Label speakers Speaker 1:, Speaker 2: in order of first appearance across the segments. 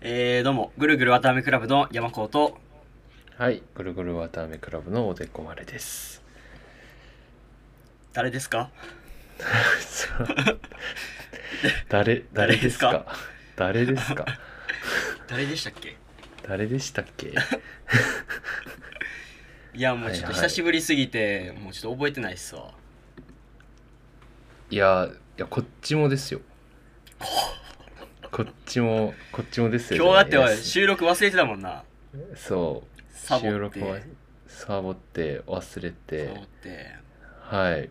Speaker 1: えー、どうも、ぐるぐるわたあめクラブの山子と、
Speaker 2: はい、ぐるぐるわたあめクラブのおでこまれ です。
Speaker 1: 誰ですか
Speaker 2: 誰
Speaker 1: 誰
Speaker 2: 誰
Speaker 1: で
Speaker 2: ですす
Speaker 1: か
Speaker 2: か？誰ですか？
Speaker 1: 誰でしたっけ
Speaker 2: 誰でしたっけ？
Speaker 1: いや、もうちょっ
Speaker 2: は
Speaker 1: と
Speaker 2: いは
Speaker 1: 久
Speaker 2: い
Speaker 1: しぶりすぎて、もうちょっと覚えてないっすわ。
Speaker 2: いやいやこっちもですよ。こっちもこっちもですよ、
Speaker 1: 今日だって
Speaker 2: い
Speaker 1: は
Speaker 2: や
Speaker 1: 収録忘れてたもんな。
Speaker 2: そう
Speaker 1: サボって
Speaker 2: 収録はサボって忘れ
Speaker 1: そう
Speaker 2: て
Speaker 1: 思って。
Speaker 2: はい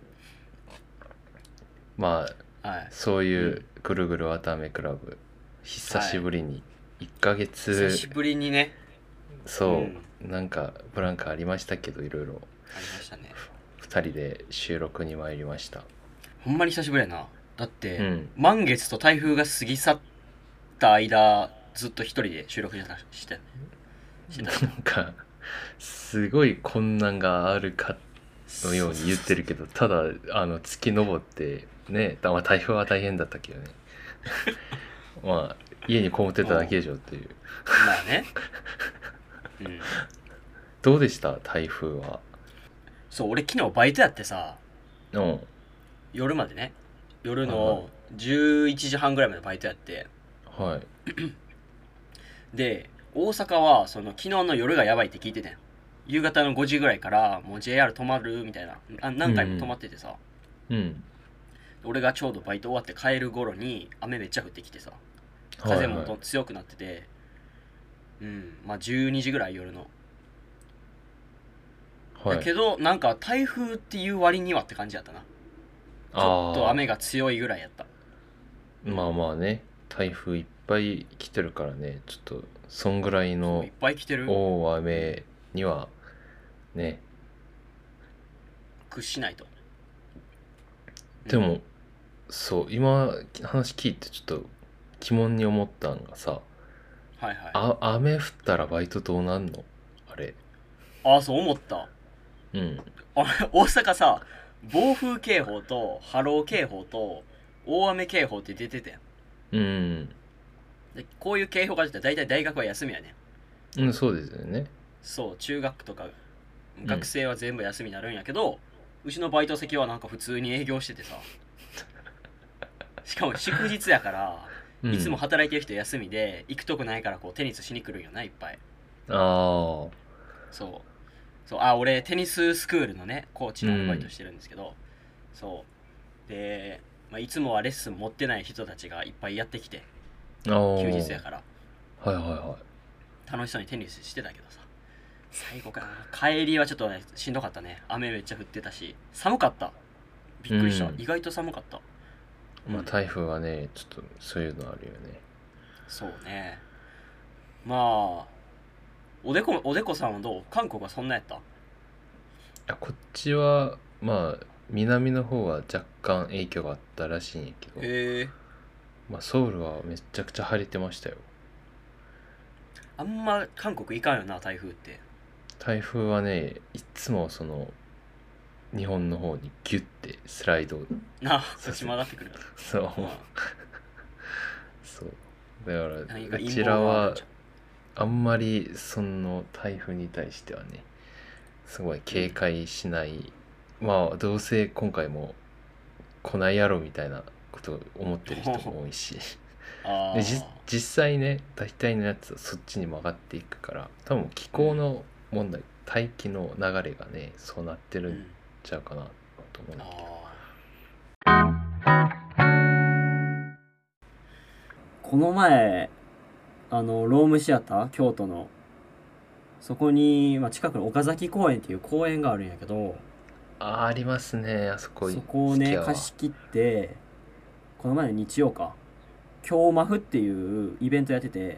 Speaker 2: まあ
Speaker 1: はい。
Speaker 2: そういうぐるぐるわたあめクラブ久しぶりに一ヶ月、
Speaker 1: 久しぶりにね、
Speaker 2: そう、なんかブランクありましたけどいろいろ
Speaker 1: ありましたね。
Speaker 2: 2人で収録に参りました
Speaker 1: ほんまに久しぶりやな。だっ
Speaker 2: う
Speaker 1: て、
Speaker 2: ん
Speaker 1: 満月と台風が過ぎ去った間、ずっと一人で収録してたしてしてた。
Speaker 2: なんかすごい困難があるかのように言ってる けどただあの月登ってねだまあ台風は大変だったけどね まあ家にこもってただけでしょっていう
Speaker 1: まあね。うん。
Speaker 2: どうでした台風は
Speaker 1: そう、俺昨日バイトやってさ、
Speaker 2: うん
Speaker 1: 夜までね夜
Speaker 2: はい
Speaker 1: の11時半ぐらいまでバイトやって
Speaker 2: はい
Speaker 1: で大阪はその昨日の夜がやばいって聞いてたよ夕方の5時ぐらいからもう JR 止まるみたいなあ何回も止まっててさ、
Speaker 2: うん
Speaker 1: 俺がちょうどバイト終わって帰る頃に雨めっちゃ降ってきてさ風も
Speaker 2: はいは
Speaker 1: ど
Speaker 2: い
Speaker 1: 強くなってて、うんまあ12時ぐらい夜の、
Speaker 2: はい
Speaker 1: だけどなんか台風っていう割にはって感じやったなちょっと
Speaker 2: あー
Speaker 1: 雨が強いぐらいやった
Speaker 2: まあまあね台風いっぱい来てるからねちょっとそんぐらいの
Speaker 1: いっぱい来てる
Speaker 2: 大雨にはね
Speaker 1: 屈しないと
Speaker 2: でも、そう今話聞いてちょっと疑問に思ったんがさ
Speaker 1: はいはいあ
Speaker 2: あ雨降ったらバイトどうなんのあれ
Speaker 1: あそう思った
Speaker 2: うん
Speaker 1: あれ大阪さ暴風警報と波浪警報と大雨警報って出ててん
Speaker 2: うん、
Speaker 1: でこういう警報が出たら大体大学は休みやねん
Speaker 2: うん、そうですよね
Speaker 1: そう中学とか
Speaker 2: ん
Speaker 1: 学生は全部休みになるんやけど、うちのバイト先はなんか普通に営業してて さしかも祝日やから、
Speaker 2: うん
Speaker 1: いつも働いてる人休みで行くとこないからこうテニスしに来るんよないっぱい
Speaker 2: あ
Speaker 1: そうそうあ俺テニススクールのねコーチのアルバイトしてるんですけど、そうで、まあ、いつもはレッスン持ってない人たちがいっぱいやってきて
Speaker 2: ーあー
Speaker 1: 休日やから
Speaker 2: はいはいは
Speaker 1: 楽しそうにテニスしてたけどさ最後かな帰りはちょっとねしんどかったね雨めっちゃ降ってたし寒かったびっくりした、
Speaker 2: うん
Speaker 1: 意外と寒かった
Speaker 2: いま
Speaker 1: う
Speaker 2: あ
Speaker 1: ん
Speaker 2: 台風はねちょっとそういうのあるよね
Speaker 1: そうねまあおでこおでこさんはどう韓国はそんなやった
Speaker 2: あこっちはまあ南の方は若干影響があったらしいんやけど、
Speaker 1: へえ
Speaker 2: まあ、ソウルはめちゃくちゃ晴れてましたよ
Speaker 1: あんま韓国行かんよな台風って
Speaker 2: 台風はねいつもその日本の方にギュッてスライド
Speaker 1: なあこっち曲がってくる
Speaker 2: そう
Speaker 1: うん
Speaker 2: そうだか
Speaker 1: 何か陰
Speaker 2: らう
Speaker 1: 謀
Speaker 2: ちら
Speaker 1: がある
Speaker 2: は
Speaker 1: んちゃ
Speaker 2: あんまりその台風に対してはねすごい警戒しないまあどうせ今回も来ないやろみたいなことを思ってる人も多いし
Speaker 1: あ
Speaker 2: でじ
Speaker 1: ー
Speaker 2: 実際ね大体のやつはそっちに曲がっていくから多分気候の問題大気の流れがねそうなって
Speaker 1: う
Speaker 2: るん
Speaker 1: ん
Speaker 2: ちゃうかなと思う
Speaker 1: あ
Speaker 2: ね
Speaker 1: ーこの前あのロームシアター京都のそこに、まあ、近くの岡崎公園っていう公園があるんやけど
Speaker 2: あーありますねあそこ
Speaker 1: そこを
Speaker 2: 好き
Speaker 1: ね
Speaker 2: やわ
Speaker 1: 貸し切ってこの前の日曜か京マフっていうイベントやってて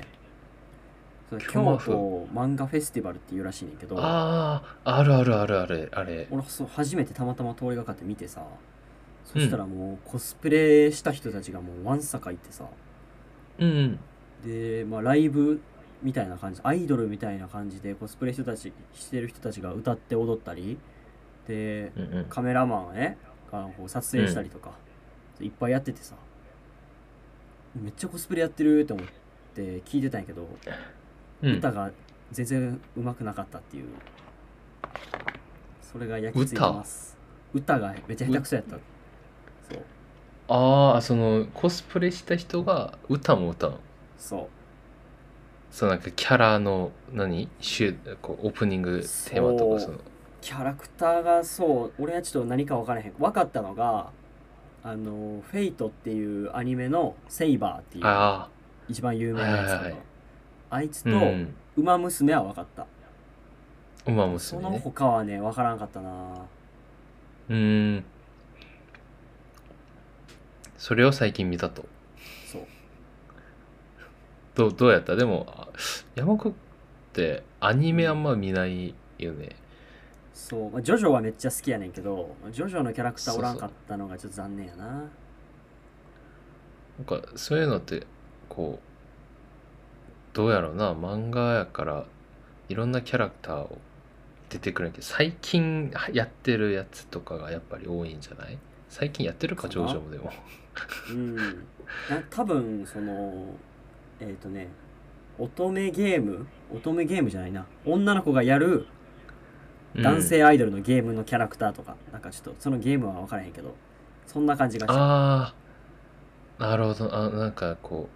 Speaker 1: その
Speaker 2: 京
Speaker 1: 京
Speaker 2: マフ
Speaker 1: 都漫画フェスティバルっていうらしいねんけど
Speaker 2: あああるあるあるあれあれ
Speaker 1: 俺そう初めてたまたま通りがかって見てさそしたらもうコスプレした人たちがもうわんさかいってさ
Speaker 2: うんうん
Speaker 1: で、まあ、ライブみたいな感じアイドルみたいな感じでコスプレ人たちしてる人たちが歌って踊ったりで
Speaker 2: うんうん
Speaker 1: カメラマンねがこう撮影したりとか、いっぱいやっててさめっちゃコスプレやってるって思ってって聞いてたんやけど、
Speaker 2: うん
Speaker 1: 歌が全然うまくなかったっていうそれが焼き付いてます歌がめっちゃ下手くそやったそう
Speaker 2: ああそのコスプレした人が歌も歌うの
Speaker 1: そ
Speaker 2: そのなんかキャラの何シュこうオープニングテーマとか
Speaker 1: そ
Speaker 2: そうの
Speaker 1: うキャラクターがそう俺はちょっと何か分からへん分かったのがあの「フェイトっていうアニメの「セイバーっていう
Speaker 2: あ
Speaker 1: 一番有名なやつだと、
Speaker 2: はいはいはい
Speaker 1: あいつ
Speaker 2: あう
Speaker 1: と
Speaker 2: ん
Speaker 1: 「ウマ娘」は分かった、
Speaker 2: ウマ
Speaker 1: そ
Speaker 2: 娘
Speaker 1: の
Speaker 2: ね
Speaker 1: 他はね分からんかったな
Speaker 2: うんそれを最近見たと
Speaker 1: そう
Speaker 2: どうどうやったでもあ山子ってアニメあんま見ないよね
Speaker 1: そう、まあジョジョはめっちゃ好きやねんけどジョジョのキャラクターおらんかったのがちょっと残念やな
Speaker 2: なんかそういうのってこうどうやろうな漫画やからいろんなキャラクターを出てくるんやけど最近やってるやつとかがやっぱり多いんじゃない最近やってるか
Speaker 1: かな
Speaker 2: ジョジョもでも
Speaker 1: うんな多分そのえっ、とね乙女ゲーム乙女ゲームじゃないな女の子がやる
Speaker 2: うん
Speaker 1: 男性アイドルのゲームのキャラクターとか、なんかちょっとそのゲームは分からへんけどそんな感じがした
Speaker 2: ああなるほどあなんかこう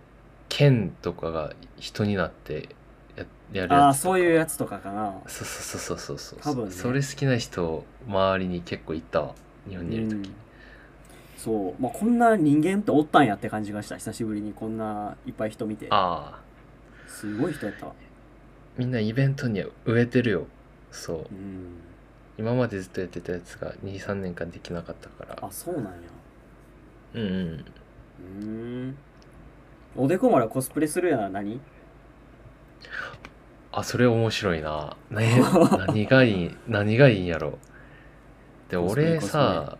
Speaker 2: 剣とかが人になってややる
Speaker 1: あ
Speaker 2: や
Speaker 1: ー
Speaker 2: つと
Speaker 1: そういうやつとかかな
Speaker 2: かそうそうそうそうそ
Speaker 1: 多
Speaker 2: うそう、
Speaker 1: 分ね
Speaker 2: それ好きな人周りに結構いたわ日本にいる時、
Speaker 1: うんそう、まあ、こんな人間っておったんやって感じがした久しぶりにこんないっぱい人見て
Speaker 2: ああ
Speaker 1: すごい人やったわ
Speaker 2: みんなイベントには植えてるよそう
Speaker 1: うん
Speaker 2: 今までずっとやってたやつが23年間できなかったから
Speaker 1: あそうなんや
Speaker 2: うんうん
Speaker 1: うーんおでこまらコスプレするやなら何
Speaker 2: あそれ面白いな、 ね、何がいい何がいいんやろで
Speaker 1: コスプレ
Speaker 2: 俺さ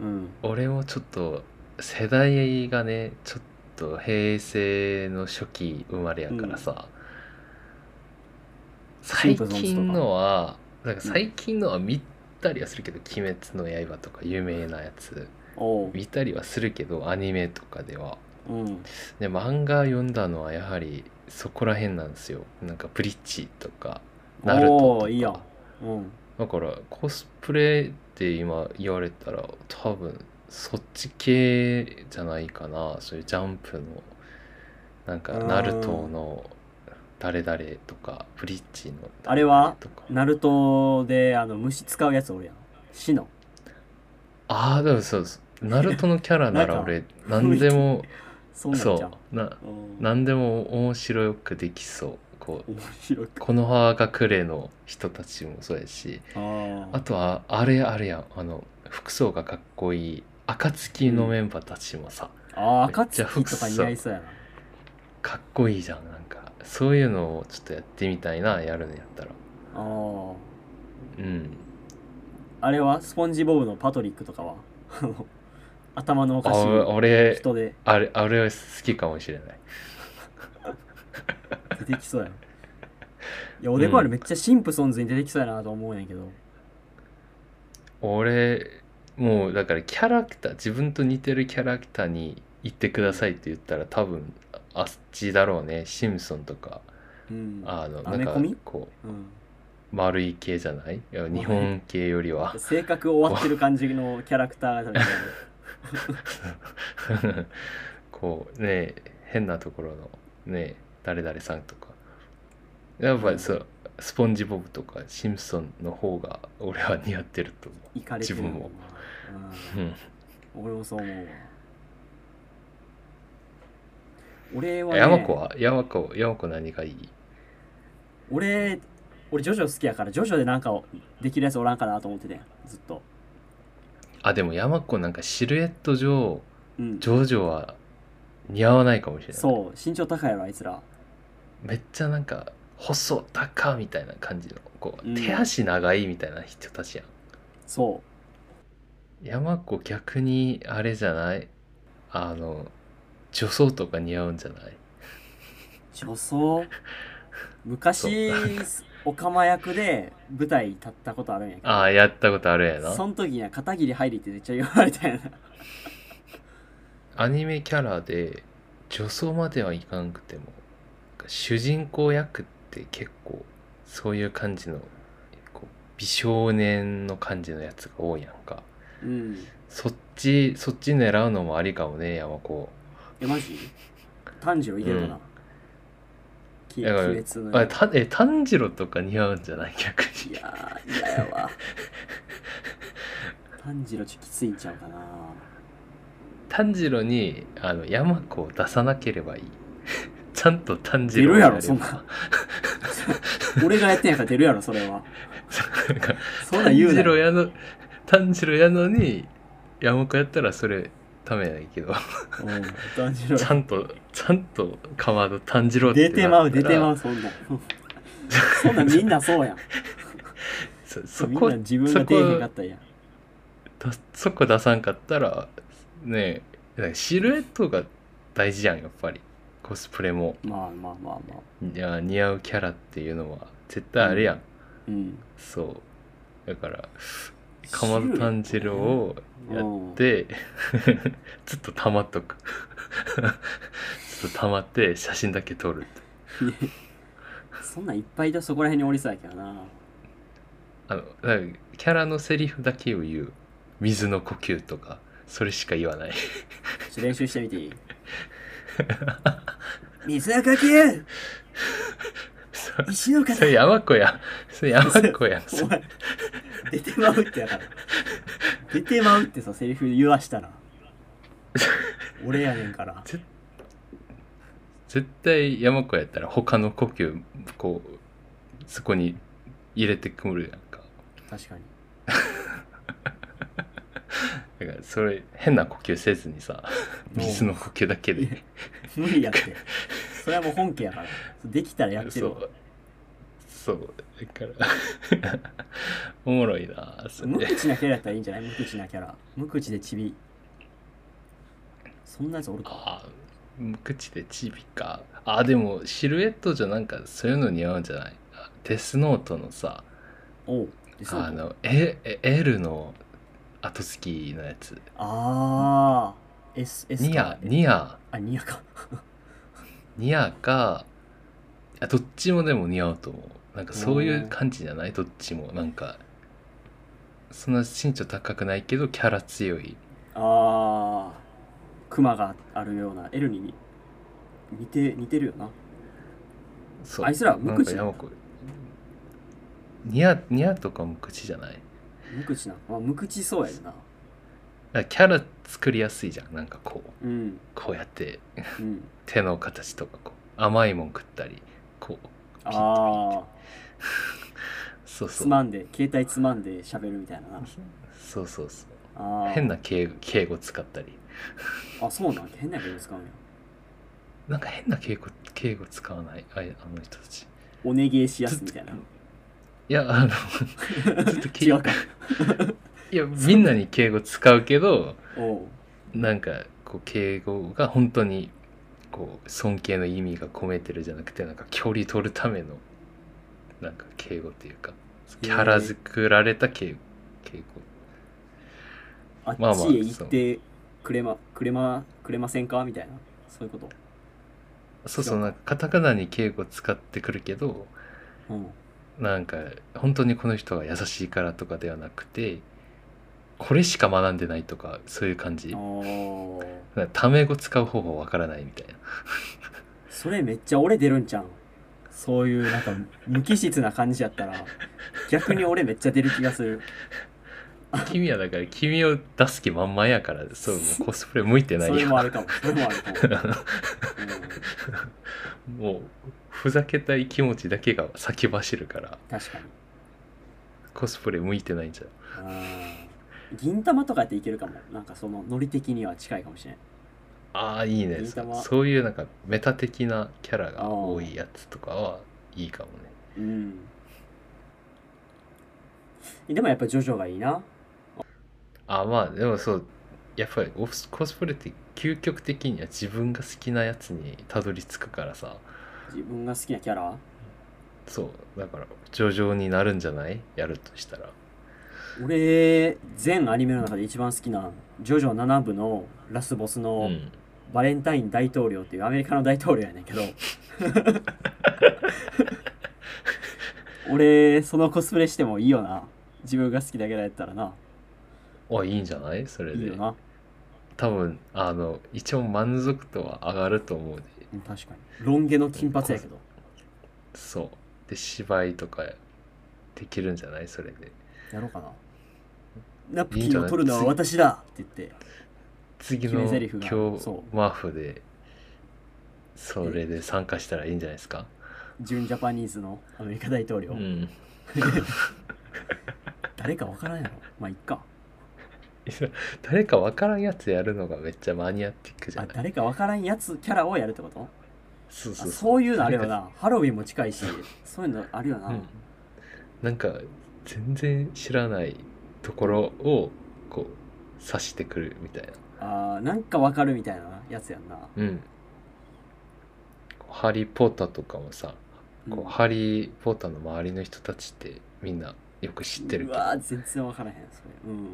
Speaker 1: うん
Speaker 2: 俺もちょっと世代がねちょっと平成の初期生まれやからさ、
Speaker 1: シン
Speaker 2: 最
Speaker 1: プソンズとか
Speaker 2: 近のはなんか最近のは見たりはするけど「鬼滅の刃」とか有名なやつ
Speaker 1: おう
Speaker 2: 見たりはするけどアニメとかでは
Speaker 1: うん
Speaker 2: で漫画読んだのはやはりそこら辺なんですよなんかブリッジとかナルトと
Speaker 1: お
Speaker 2: か
Speaker 1: ーいいやんうん
Speaker 2: だからコスプレって今言われたら多分そっち系じゃないかなそういうジャンプのなんか
Speaker 1: うん
Speaker 2: ナルトの誰々とかブリッジの
Speaker 1: あれは
Speaker 2: 誰々とか
Speaker 1: ナルトであの虫使うやつおるやんシノ
Speaker 2: ああでもそうですナルトのキャラなら
Speaker 1: なんか
Speaker 2: 俺何でも
Speaker 1: そうなんちゃ
Speaker 2: そううな
Speaker 1: うん
Speaker 2: 何でも面白くできそうこう
Speaker 1: 面白く
Speaker 2: この葉隠れの人たちもそうやし
Speaker 1: あー
Speaker 2: あとはあれあれやんあの服装がかっこいい暁のメンバーたちもさ、
Speaker 1: あー
Speaker 2: めっちゃ
Speaker 1: 暁とか似合いそうやな
Speaker 2: かっこいいじゃんなんかそういうのをちょっとやってみたいなやるのやったら
Speaker 1: あー
Speaker 2: うん
Speaker 1: あれはスポンジボブのパトリックとかは あの頭のおか
Speaker 2: あ
Speaker 1: しい
Speaker 2: 俺
Speaker 1: 人で
Speaker 2: あれあれは好きかもしれない
Speaker 1: 出てきそうやないやおでこあるめっちゃシンプソンズに出てきそうやなと思うんやけど
Speaker 2: 俺もうだからキャラクター自分と似てるキャラクターに行ってくださいって言ったら多分あっちだろうねシムソンとか
Speaker 1: うん
Speaker 2: あの
Speaker 1: ア
Speaker 2: なん
Speaker 1: メ
Speaker 2: か
Speaker 1: コミ
Speaker 2: こ
Speaker 1: うん
Speaker 2: う丸い系じゃないいや日本系よりは
Speaker 1: 性格終わってる感じのキャラクタ ーが多分
Speaker 2: こうね変なところのね誰々さんとかやっぱりそう、スポンジボブとかシンプソンの方が俺は似合ってると思
Speaker 1: いかれてるもんな
Speaker 2: 自
Speaker 1: う
Speaker 2: う、
Speaker 1: ん
Speaker 2: うん、
Speaker 1: 俺もそう思うわ俺は、ね、
Speaker 2: 山子は山子山子何がいい
Speaker 1: 俺俺ジョジョ好きやからジョジョでなんかをできるやつおらんかなと思っててずっと、
Speaker 2: あでも山子なんかシルエット上
Speaker 1: うん、
Speaker 2: ジョジョは似合わないかもしれない
Speaker 1: そう身長高いやろあいつら
Speaker 2: めっちゃなんか細高みたいな感じのこう、
Speaker 1: うん
Speaker 2: 手足長いみたいな人たちやん
Speaker 1: そ
Speaker 2: 山子逆にあれじゃないあの女装とか似合うんじゃないう
Speaker 1: 女装昔オカマ役で舞台立ったことあるんやけど
Speaker 2: ああやったことあるや
Speaker 1: そ
Speaker 2: な
Speaker 1: の時には片桐入りってめっちゃ言われたよな
Speaker 2: アニメキャラで女装まではいかんくてもか主人公役って結構そういう感じのこう美少年の感じのやつが多いやんか
Speaker 1: うん
Speaker 2: そっちそっち狙うのもありかもね山子
Speaker 1: えマジ炭治郎いけるかな、
Speaker 2: うん
Speaker 1: き
Speaker 2: だから
Speaker 1: 鬼滅の
Speaker 2: あたえ炭治郎とか似合うんじゃない逆
Speaker 1: い
Speaker 2: に
Speaker 1: やー嫌やわ炭治郎ちょっときついんちゃうかな
Speaker 2: 炭治郎にあの山子を出さなければいい ちゃんと炭治
Speaker 1: 出
Speaker 2: 郎を
Speaker 1: るやろ
Speaker 2: れば
Speaker 1: そん な俺がやってんやから出るやろそれは
Speaker 2: なんか
Speaker 1: そんなん言うな
Speaker 2: 炭治郎
Speaker 1: よ
Speaker 2: やの炭治郎やのに山子やったらそれためない けど
Speaker 1: うん炭治郎
Speaker 2: ちゃんとちゃんとかまど炭治郎
Speaker 1: 出てまう出てま
Speaker 2: う
Speaker 1: うそんなんそんなんみんなそうやん
Speaker 2: そ そ
Speaker 1: みん
Speaker 2: こ
Speaker 1: な自分が出えへんかったんやん
Speaker 2: だそこ出さんかったらねえなんかシルエットが大事やんやっぱりコスプレも
Speaker 1: まあまあまあまあ
Speaker 2: いや似合うキャラっていうのは絶対あるやん、
Speaker 1: うん
Speaker 2: そうだからかまど炭治郎をやって、 ずっと溜まっと くずっと溜まって写真だけ撮る
Speaker 1: そんなんいっぱいいたそこら辺におりそうやけどな
Speaker 2: あのなんかキャラのセリフだけを言う水の呼吸とかそれしか言わない
Speaker 1: ちょっと練習してみていい水の呼吸
Speaker 2: そ
Speaker 1: 石の
Speaker 2: それ
Speaker 1: 形
Speaker 2: 山子やんそれ山子やん
Speaker 1: お前出てまうってやから出てまうってさセリフ言わしたら俺やねんから
Speaker 2: 絶対山子やったら他の呼吸こうそこに入れてくるやんか
Speaker 1: 確 かに
Speaker 2: だからそれ変な呼吸せずにさ水の呼吸だけで
Speaker 1: 無理やってそれはもう本家やからできたらやって
Speaker 2: そ
Speaker 1: るわ
Speaker 2: うそうだから おもろいなそ
Speaker 1: 無
Speaker 2: れ
Speaker 1: 口なキャラやったらいいんじゃない無口なキャラ無口でチビそんなやつおるか
Speaker 2: ああ無口でチビかあーでもシルエットじゃなんかそういうの似合うんじゃないあデスノートのさ
Speaker 1: おうでそう
Speaker 2: あのええ L の後付きのやつ
Speaker 1: あー SS
Speaker 2: ニア
Speaker 1: か
Speaker 2: ニア
Speaker 1: あニアか
Speaker 2: ニアかあどっちもでも似合うと思うなんかそういう感じじゃないどっちもなんかそんな身長高くないけどキャラ強い
Speaker 1: ああクマがあるような L に似て似てるよな
Speaker 2: そう
Speaker 1: あいつら
Speaker 2: なん
Speaker 1: 無
Speaker 2: か
Speaker 1: 口
Speaker 2: 山子ニアニアとか無口じゃない
Speaker 1: 無口な、まあ、無口そうやでな
Speaker 2: あキャラ作りやすいじゃんなんかこう
Speaker 1: うん
Speaker 2: こうやって
Speaker 1: うん
Speaker 2: 手の形とかこう甘いもん食ったりこう
Speaker 1: ああ
Speaker 2: そう
Speaker 1: つ
Speaker 2: そう
Speaker 1: まんで携帯つまんで喋るみたいなな
Speaker 2: そうそうそう
Speaker 1: あー
Speaker 2: 変な敬語敬語使ったり
Speaker 1: あそうなん変なけど使うんや
Speaker 2: なんか変な敬語敬語使わないああの人たち
Speaker 1: おねげしやすみたいない
Speaker 2: や あのずっと敬
Speaker 1: 違
Speaker 2: 語
Speaker 1: うか
Speaker 2: いやみんなに敬語使うけど
Speaker 1: おう
Speaker 2: なんかこう敬語が本当にこう尊敬の意味が込めてるじゃなくてなんか距離取るためのなんか敬語っていうかキャラ作られた敬敬語
Speaker 1: あっ
Speaker 2: まあ
Speaker 1: ち
Speaker 2: まあ
Speaker 1: へ行ってくれまくれまくれませんかみたいなそういうこと
Speaker 2: そうそうなんかカタカナに敬語使ってくるけど
Speaker 1: うん
Speaker 2: なんか本当にこの人が優しいからとかではなくてこれしか学んでないとかそういう感じ
Speaker 1: おー
Speaker 2: なんかタメ語使う方法わからないみたいな
Speaker 1: それめっちゃ俺出るんちゃうんそういうなんか無機質な感じやったら逆に俺めっちゃ出る気がす る
Speaker 2: 君はだから君を出す気満々やからそうもうコスプレ向いてな
Speaker 1: そ
Speaker 2: い
Speaker 1: れ
Speaker 2: よ
Speaker 1: もあるかもそれもあるかも、うん、
Speaker 2: もうふざけたい気持ちだけが先走るから
Speaker 1: 確かに
Speaker 2: コスプレ向いてないんじゃん
Speaker 1: あー銀玉とかやっていけるかもなんかそのノリ的には近いかもしれない
Speaker 2: ああいいね
Speaker 1: 銀玉
Speaker 2: そそういうなんかメタ的なキャラが多いやつとかはいいかもね
Speaker 1: うんでもやっぱジョジョがいいな
Speaker 2: あまあでもそうやっぱりオフコスプレって究極的には自分が好きなやつにたどり着くからさ
Speaker 1: 自分が好きなキャラ
Speaker 2: そうだから上々になるんじゃないやるとしたら
Speaker 1: 俺全アニメの中で一番好きなジョジョ7部のラスボス
Speaker 2: う
Speaker 1: の
Speaker 2: ん
Speaker 1: バレンタイン大統領っていうアメリカの大統領やね んけど俺そのコスプレしてもいいよな自分が好きだけだったらな
Speaker 2: あいいんじゃないそれ
Speaker 1: いい
Speaker 2: で
Speaker 1: よな
Speaker 2: 多分あの一応満足度は上がると思うで
Speaker 1: うん確かにロン毛の金髪やけど
Speaker 2: そうで芝居とかできるんじゃないそれで
Speaker 1: やろうかなナプ
Speaker 2: いい
Speaker 1: キ
Speaker 2: んじ
Speaker 1: ンを
Speaker 2: ゃない
Speaker 1: 取るのは私だって言って
Speaker 2: 次
Speaker 1: 決め
Speaker 2: の
Speaker 1: 台詞が
Speaker 2: 今日
Speaker 1: そう
Speaker 2: マフでそれで参加したらいいんじゃないですか
Speaker 1: 純ジャパニーズのアメリカ大統領、
Speaker 2: うん
Speaker 1: 誰かわからんやろまあいっか
Speaker 2: 誰かわからんやつやるのがめっちゃマニアティックじゃ
Speaker 1: あ
Speaker 2: ない
Speaker 1: 誰かわからんやつキャラをやるってこと
Speaker 2: そう
Speaker 1: あ
Speaker 2: そう
Speaker 1: そういうのあるよ
Speaker 2: 誰か
Speaker 1: なハロウィンも近いしそういうのあるよな、
Speaker 2: うん、なんか全然知らないところをこう刺してくるみたいな
Speaker 1: あーなんかわかるみたいなやつやんな、
Speaker 2: うん「ハリー・ポッター」とかもさこう、
Speaker 1: うん
Speaker 2: ハリー・ポッターの周りの人たちってみんなよく知ってる
Speaker 1: う
Speaker 2: けど
Speaker 1: わー全然わからへんそれうん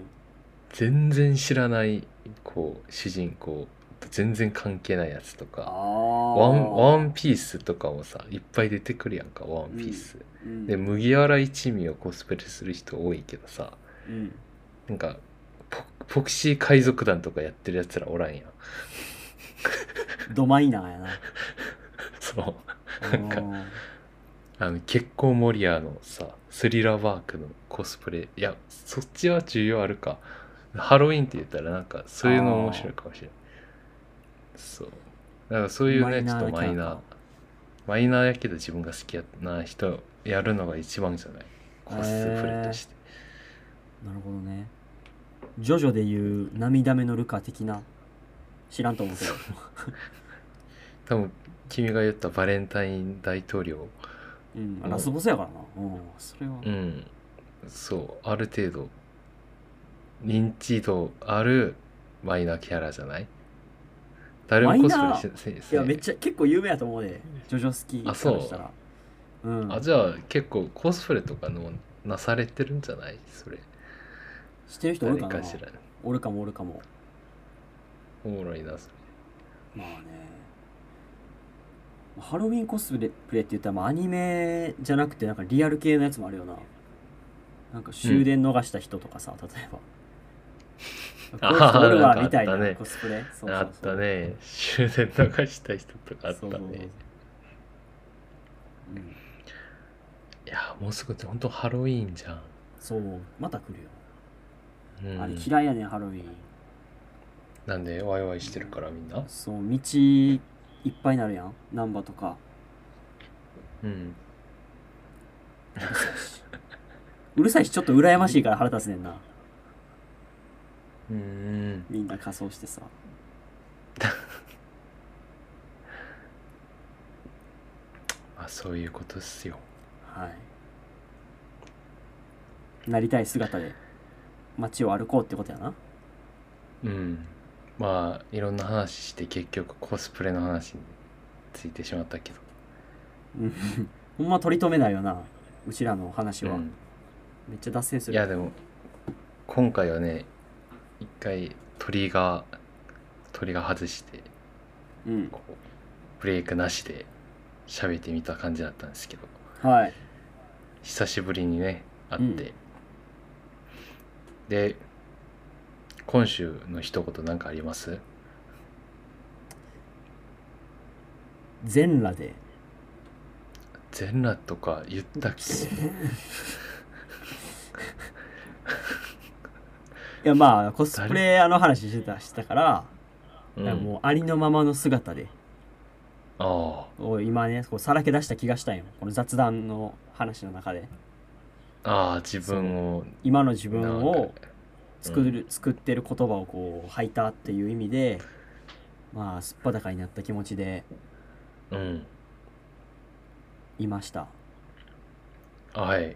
Speaker 2: 全然知らないこう主人公と全然関係ないやつと
Speaker 1: あ
Speaker 2: か「
Speaker 1: あ
Speaker 2: ワンワンピース」とかもさいっぱい出てくるやんか「ワンピース」
Speaker 1: うん
Speaker 2: で麦わら一味をコスプレする人多いけどさ
Speaker 1: うん
Speaker 2: なんかポポクシー海賊団とかやってるやつらおらんや ん
Speaker 1: ドマイナーやな
Speaker 2: その
Speaker 1: うん
Speaker 2: かあの結婚モリアーのさスリラーワークのコスプレいやそっちは重要あるかハロウィンって言ったらなんかそういうの面白いかもしれないそうだからそういう
Speaker 1: マイ
Speaker 2: ねちょ
Speaker 1: ナー
Speaker 2: っとマ
Speaker 1: な
Speaker 2: イナ
Speaker 1: キャ
Speaker 2: ー
Speaker 1: ラか
Speaker 2: マイナーやけど自分が好きやな人やるのが一番じゃないコスプレとして、
Speaker 1: なるほどねジョジョでいう涙目のルカ的な知らんと思うけ ど
Speaker 2: 多分君が言ったバレンタイン大統領
Speaker 1: うん、
Speaker 2: うん
Speaker 1: ラスボスやからな。うん、それは。
Speaker 2: うんそうある程度認知度あるマイナーキャラじゃない誰もコスプレしてせ
Speaker 1: い
Speaker 2: せ
Speaker 1: や、めっちゃ結構有名やと思うで、ジョジョ好き
Speaker 2: あそう
Speaker 1: からしたら。うん、
Speaker 2: あじゃあ結構コスプレとかのなされてるんじゃないそれ
Speaker 1: 知ってる人おる
Speaker 2: 誰
Speaker 1: かな
Speaker 2: かしら
Speaker 1: おるかもおるかも。
Speaker 2: おもろいなそ
Speaker 1: まあね。ハロウィンコスプレプレって言ったら、まあ、アニメじゃなくて、なんかリアル系のやつもあるよな。なんか終電逃した人とかさ、例えば。
Speaker 2: あ
Speaker 1: こいつおる
Speaker 2: なん
Speaker 1: わ
Speaker 2: かあ
Speaker 1: み
Speaker 2: った
Speaker 1: た
Speaker 2: ね
Speaker 1: いなコスプレ。そうそうそう
Speaker 2: れあった。ね終電逃した人とかあった
Speaker 1: そうそうそう
Speaker 2: ね
Speaker 1: うん
Speaker 2: いやもうすぐ本当ハロウィーンじゃん、
Speaker 1: そう、また来るよ。
Speaker 2: うん、
Speaker 1: あれ嫌いやねん、ハロウィン。
Speaker 2: なんでワイワイしてるからみんな
Speaker 1: そう道いっぱいになるやん難波とか
Speaker 2: うん
Speaker 1: うるさいしちょっと羨ましいから腹立つねんな
Speaker 2: うん
Speaker 1: みんな仮装してさ
Speaker 2: まあそういうことっすよ
Speaker 1: はいなりたい姿で街を歩こうってことやな
Speaker 2: うんまあいろんな話して結局コスプレの話についてしまったけど
Speaker 1: うんほんま取り留めないよなうちらの話は、
Speaker 2: うん
Speaker 1: めっちゃ脱線す
Speaker 2: い
Speaker 1: る
Speaker 2: やでも今回はね一回鳥が鳥が外して
Speaker 1: うん
Speaker 2: こうブレイクなしで喋ってみた感じだったんですけど
Speaker 1: はい
Speaker 2: 久しぶりにね会って、で今週の一言なんかあります
Speaker 1: 全裸で
Speaker 2: 全裸とか言ったっけ
Speaker 1: いやまあコスプレあの話してたしてたから、
Speaker 2: う
Speaker 1: いや
Speaker 2: ん、
Speaker 1: もうありのままの姿で
Speaker 2: あ
Speaker 1: を今ねこうさらけ出した気がしたんよこの雑談の話の中で
Speaker 2: あああ自分を
Speaker 1: 今の自分
Speaker 2: なん
Speaker 1: を
Speaker 2: か
Speaker 1: 作る、作ってる言葉をこう吐いたっていう意味でまあすっぱだかになった気持ちで
Speaker 2: うん
Speaker 1: いました
Speaker 2: はい。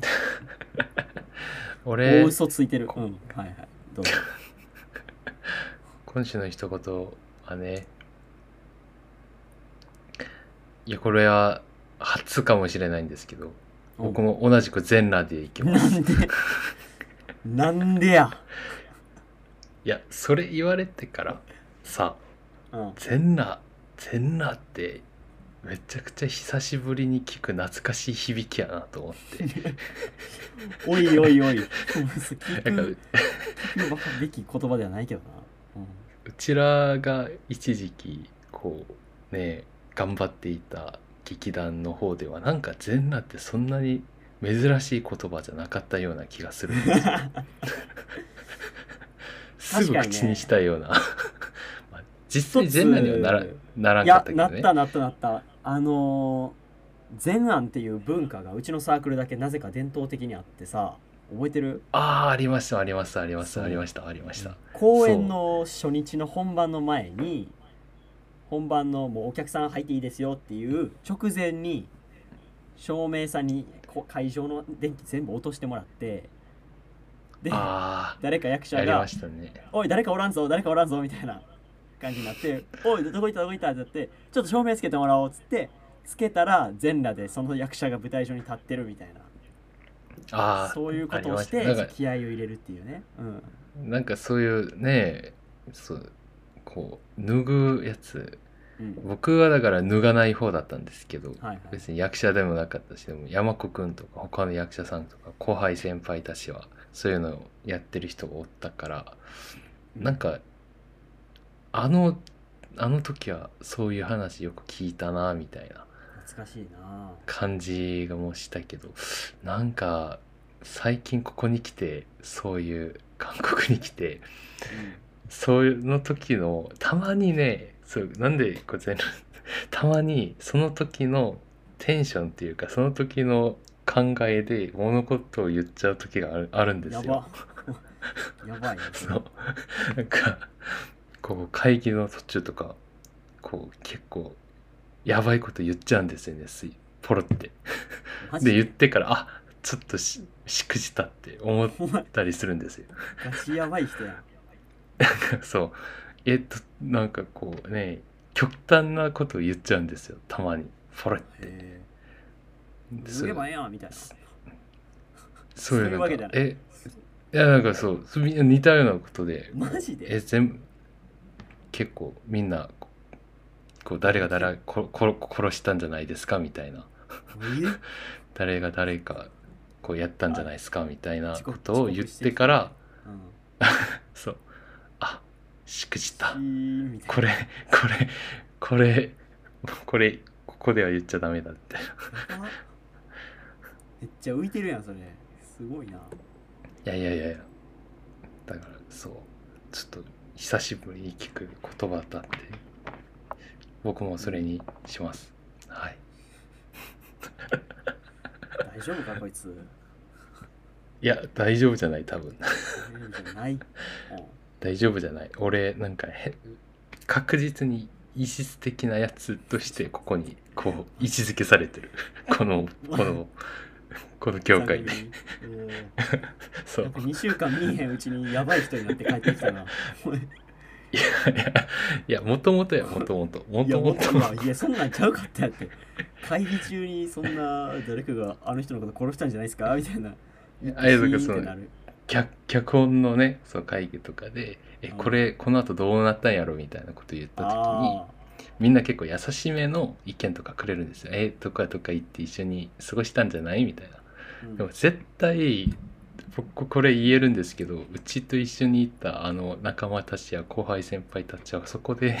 Speaker 1: 大
Speaker 2: 俺、
Speaker 1: 嘘ついてるうんはいはいどうぞ
Speaker 2: 今週の一言はね、いや、これは初かもしれないんですけど、僕も 同じく全裸でいき
Speaker 1: うん
Speaker 2: ま
Speaker 1: な
Speaker 2: す。
Speaker 1: んでなんでや
Speaker 2: いやそれ言われてからさ
Speaker 1: うん
Speaker 2: 全裸全裸ってめちゃくちゃ久しぶりに聞く懐かしい響きやなと思って
Speaker 1: おいおいおい聞
Speaker 2: なんか
Speaker 1: く聞くばかべき言葉ではないけどな、う
Speaker 2: うちらが一時期こうね頑張っていた劇団の方ではなんか全裸ってそんなに珍しい言葉じゃなかったような気 がするんですよすぐ
Speaker 1: 確かにね
Speaker 2: 口にしたような まあ実際
Speaker 1: 一つ
Speaker 2: 全裸にはならなら
Speaker 1: ん、い
Speaker 2: んかっ
Speaker 1: や
Speaker 2: たけ
Speaker 1: な
Speaker 2: ど
Speaker 1: っ
Speaker 2: ね
Speaker 1: たなったなったあのー善案っていう文化がうちのサークルだけなぜか伝統的にあってさ覚えてる
Speaker 2: ああーありましたありましたありまし
Speaker 1: そう
Speaker 2: たありましたありました
Speaker 1: 公演の初日の本番の前に本番のもうお客さん入っていいですよっていう直前に照明さんにこ会場の電気全部落としてもらってで
Speaker 2: あ
Speaker 1: 誰か役
Speaker 2: あ
Speaker 1: 者
Speaker 2: やり
Speaker 1: が
Speaker 2: ましたね
Speaker 1: 「おい誰かおらんぞ誰かおらんぞ」みたいな感じになって「おいどこ行ったどこ行った」ってなって「ちょっと照明つけてもらおう」っつってつけたら全裸でその役者が舞台上に立ってるみたい
Speaker 2: あ
Speaker 1: な
Speaker 2: あ
Speaker 1: そういうことをし
Speaker 2: あ
Speaker 1: て
Speaker 2: りましたなんか
Speaker 1: 気合を入れるっていうね、うん、
Speaker 2: なんかそういうねそうこう脱ぐやつ
Speaker 1: うん、
Speaker 2: 僕はだから脱がない方だったんですけど、
Speaker 1: はいはい
Speaker 2: 別に役者でもなかったしでも山子くんとか他の役者さんとか後輩先輩たちはそういうのをやってる人がおったから、
Speaker 1: うん
Speaker 2: なんかあのあの時はそういう話よく聞いたなみたいな
Speaker 1: 懐かしいな
Speaker 2: 感じがもうしたけどなんか最近ここに来てそういう韓国に来てそういうの時のたまにねそうなんでこれ全裸 たまにその時のテンションっていうかその時の考えで物事を言っちゃう時があるあるんで
Speaker 1: や
Speaker 2: すよ
Speaker 1: ば。 やばいね。
Speaker 2: その なんかこう会議の途中とかこう結構やばいこと言っちゃうんですよねすいポロって。
Speaker 1: マジ
Speaker 2: で
Speaker 1: で
Speaker 2: 言ってからあちょっとししくじったって思っ
Speaker 1: お前
Speaker 2: たりするんですよ。
Speaker 1: ガチやばい人やん。
Speaker 2: そう。えっと、なんかこうね、極端なことを言っちゃうんですよ、たまに。フォロって。
Speaker 1: へえ。
Speaker 2: そ
Speaker 1: 脱げ
Speaker 2: う
Speaker 1: ばええやんみたいな。
Speaker 2: そういう
Speaker 1: そういう
Speaker 2: な
Speaker 1: わ
Speaker 2: ん
Speaker 1: け
Speaker 2: か
Speaker 1: じゃない
Speaker 2: え、いやなんかそう、そうみんな似たようなことで、
Speaker 1: マジで
Speaker 2: え、全部、結構みんな、こうこう誰が誰がここ殺したんじゃないですかみたいな。誰が誰か、こうやったんじゃないですかみたいなことを言ってから、そう、あ、しくじった
Speaker 1: えう。ん。みたいな
Speaker 2: これこれこれこれここでは言っちゃダメだって
Speaker 1: やばめっちゃ浮いてるやん、それ。すごいな。
Speaker 2: いやいやいやいやだからそうちょっと久しぶりに聞く言葉だって僕もそれにしますはい
Speaker 1: 大丈夫か、こいつ。
Speaker 2: いや大丈夫じゃない多分
Speaker 1: 大丈夫じゃない。う
Speaker 2: 大丈夫じゃない俺なんかへ確実に異質的なやつとしてここにこう位置づけされてるこのこのこの
Speaker 1: ん
Speaker 2: 業 界で
Speaker 1: 残念にうん
Speaker 2: そ
Speaker 1: やっ
Speaker 2: う
Speaker 1: ぱ2週間見えへんうちにやばい人になって帰ってきたな。
Speaker 2: いやいやいや、もともとや、もともと。も
Speaker 1: いや、
Speaker 2: ともと。
Speaker 1: 僕はいや、そんなんちゃうかったやって。会議中にそんな誰かがあの人のこと殺したんじゃないですかみたいな。
Speaker 2: あれと
Speaker 1: シーン
Speaker 2: か、
Speaker 1: って
Speaker 2: そ
Speaker 1: な
Speaker 2: の、
Speaker 1: る
Speaker 2: 脚脚本のね、その会議とかで、え、
Speaker 1: うん
Speaker 2: これ、この後どうなったんやろみたいなこと言った時に、
Speaker 1: あ
Speaker 2: みんな結構優しめの意見とかくれるんですよ。え、とかとか言って一緒に過ごしたんじゃないみたいな。
Speaker 1: ーうん
Speaker 2: でも、絶対、僕、これ言えるんですけど、うちと一緒に行った、あの、仲間たちや後輩先輩たちは、そこ で、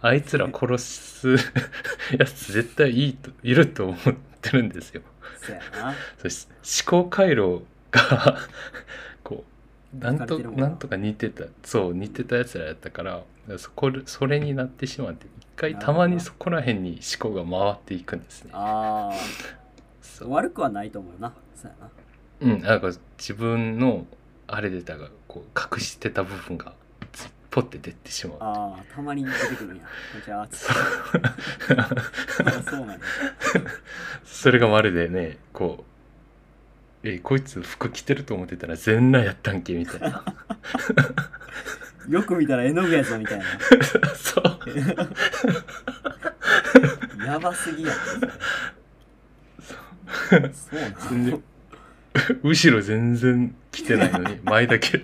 Speaker 2: あいつら殺すやつ絶対いいと、いると思ってるんですよ。
Speaker 1: そやな。
Speaker 2: そうし思考回路が こうなん
Speaker 1: 疲
Speaker 2: と
Speaker 1: れてるもんな
Speaker 2: なんとか似てたそう似てたやつらやったからそこそれになってしまって一回
Speaker 1: なる
Speaker 2: た
Speaker 1: ほど
Speaker 2: まにそこら辺に思考が回っていくんですね。
Speaker 1: ああ、
Speaker 2: そう
Speaker 1: 悪くはないと思うな。そやな。
Speaker 2: うん、なんか自分のあれでたがこう隠してた部分がつポッて出てしまう。
Speaker 1: ああ、たまに出てくるんや。じゃあ、つ
Speaker 2: そう
Speaker 1: あそうなんや。
Speaker 2: それがまるでねこう「えこいつ服着てると思ってたら全裸やったんけ」みた いな
Speaker 1: よく見たら絵の具やぞみたいな。
Speaker 2: そう
Speaker 1: やばすぎやん。そう なん
Speaker 2: 全然後ろ全然来てないのに前だけ来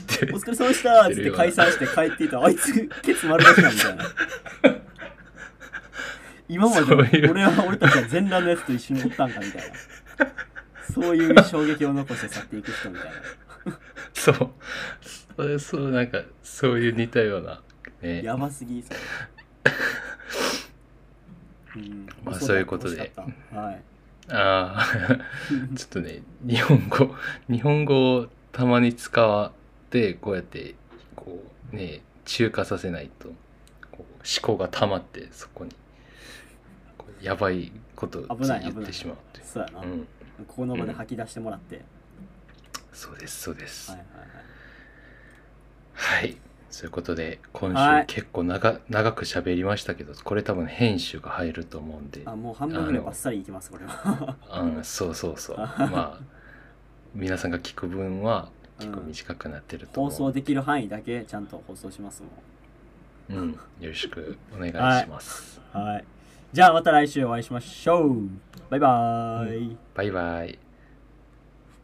Speaker 2: てって
Speaker 1: お疲れ様でしたっつって解散して帰っていたあいつケツ丸出しなみたいな今ま
Speaker 2: そうい
Speaker 1: で
Speaker 2: う
Speaker 1: 俺は俺たちは全裸のやつと一緒におったんかみたいなそういう衝撃を残して去っていく人みたいな
Speaker 2: そうそれそうなんかそういう似たようなね
Speaker 1: やばすぎそれうん
Speaker 2: まあそういうことで
Speaker 1: そうだ欲しかった はい
Speaker 2: ああ ちょっとね日本語日本語をたまに使ってこうやってこうね中華させないとこう思考が溜まってそこにこうやばいことを
Speaker 1: 危ない
Speaker 2: 言
Speaker 1: 危
Speaker 2: っ
Speaker 1: ない
Speaker 2: てしまうという
Speaker 1: そうやな、
Speaker 2: うん、
Speaker 1: この場で吐き出してもらって、
Speaker 2: そうですそうです
Speaker 1: はいはい
Speaker 2: はい、そういうことで今
Speaker 1: はい
Speaker 2: 週結構長,、長く喋りましたけどこれ多分編集が入ると思うんで
Speaker 1: はいあもう半分ぐらいバッサリいきますこれ は
Speaker 2: うん、そうそうそうまあ皆さんが聞く分は結構短くなってると
Speaker 1: 放
Speaker 2: 思う、
Speaker 1: 送できる範囲だけちゃんと放送しますもん
Speaker 2: うん、よろしくお願いします。
Speaker 1: はい。じゃあまた来週お会いしましょう。バイバーイ。
Speaker 2: バイバイ。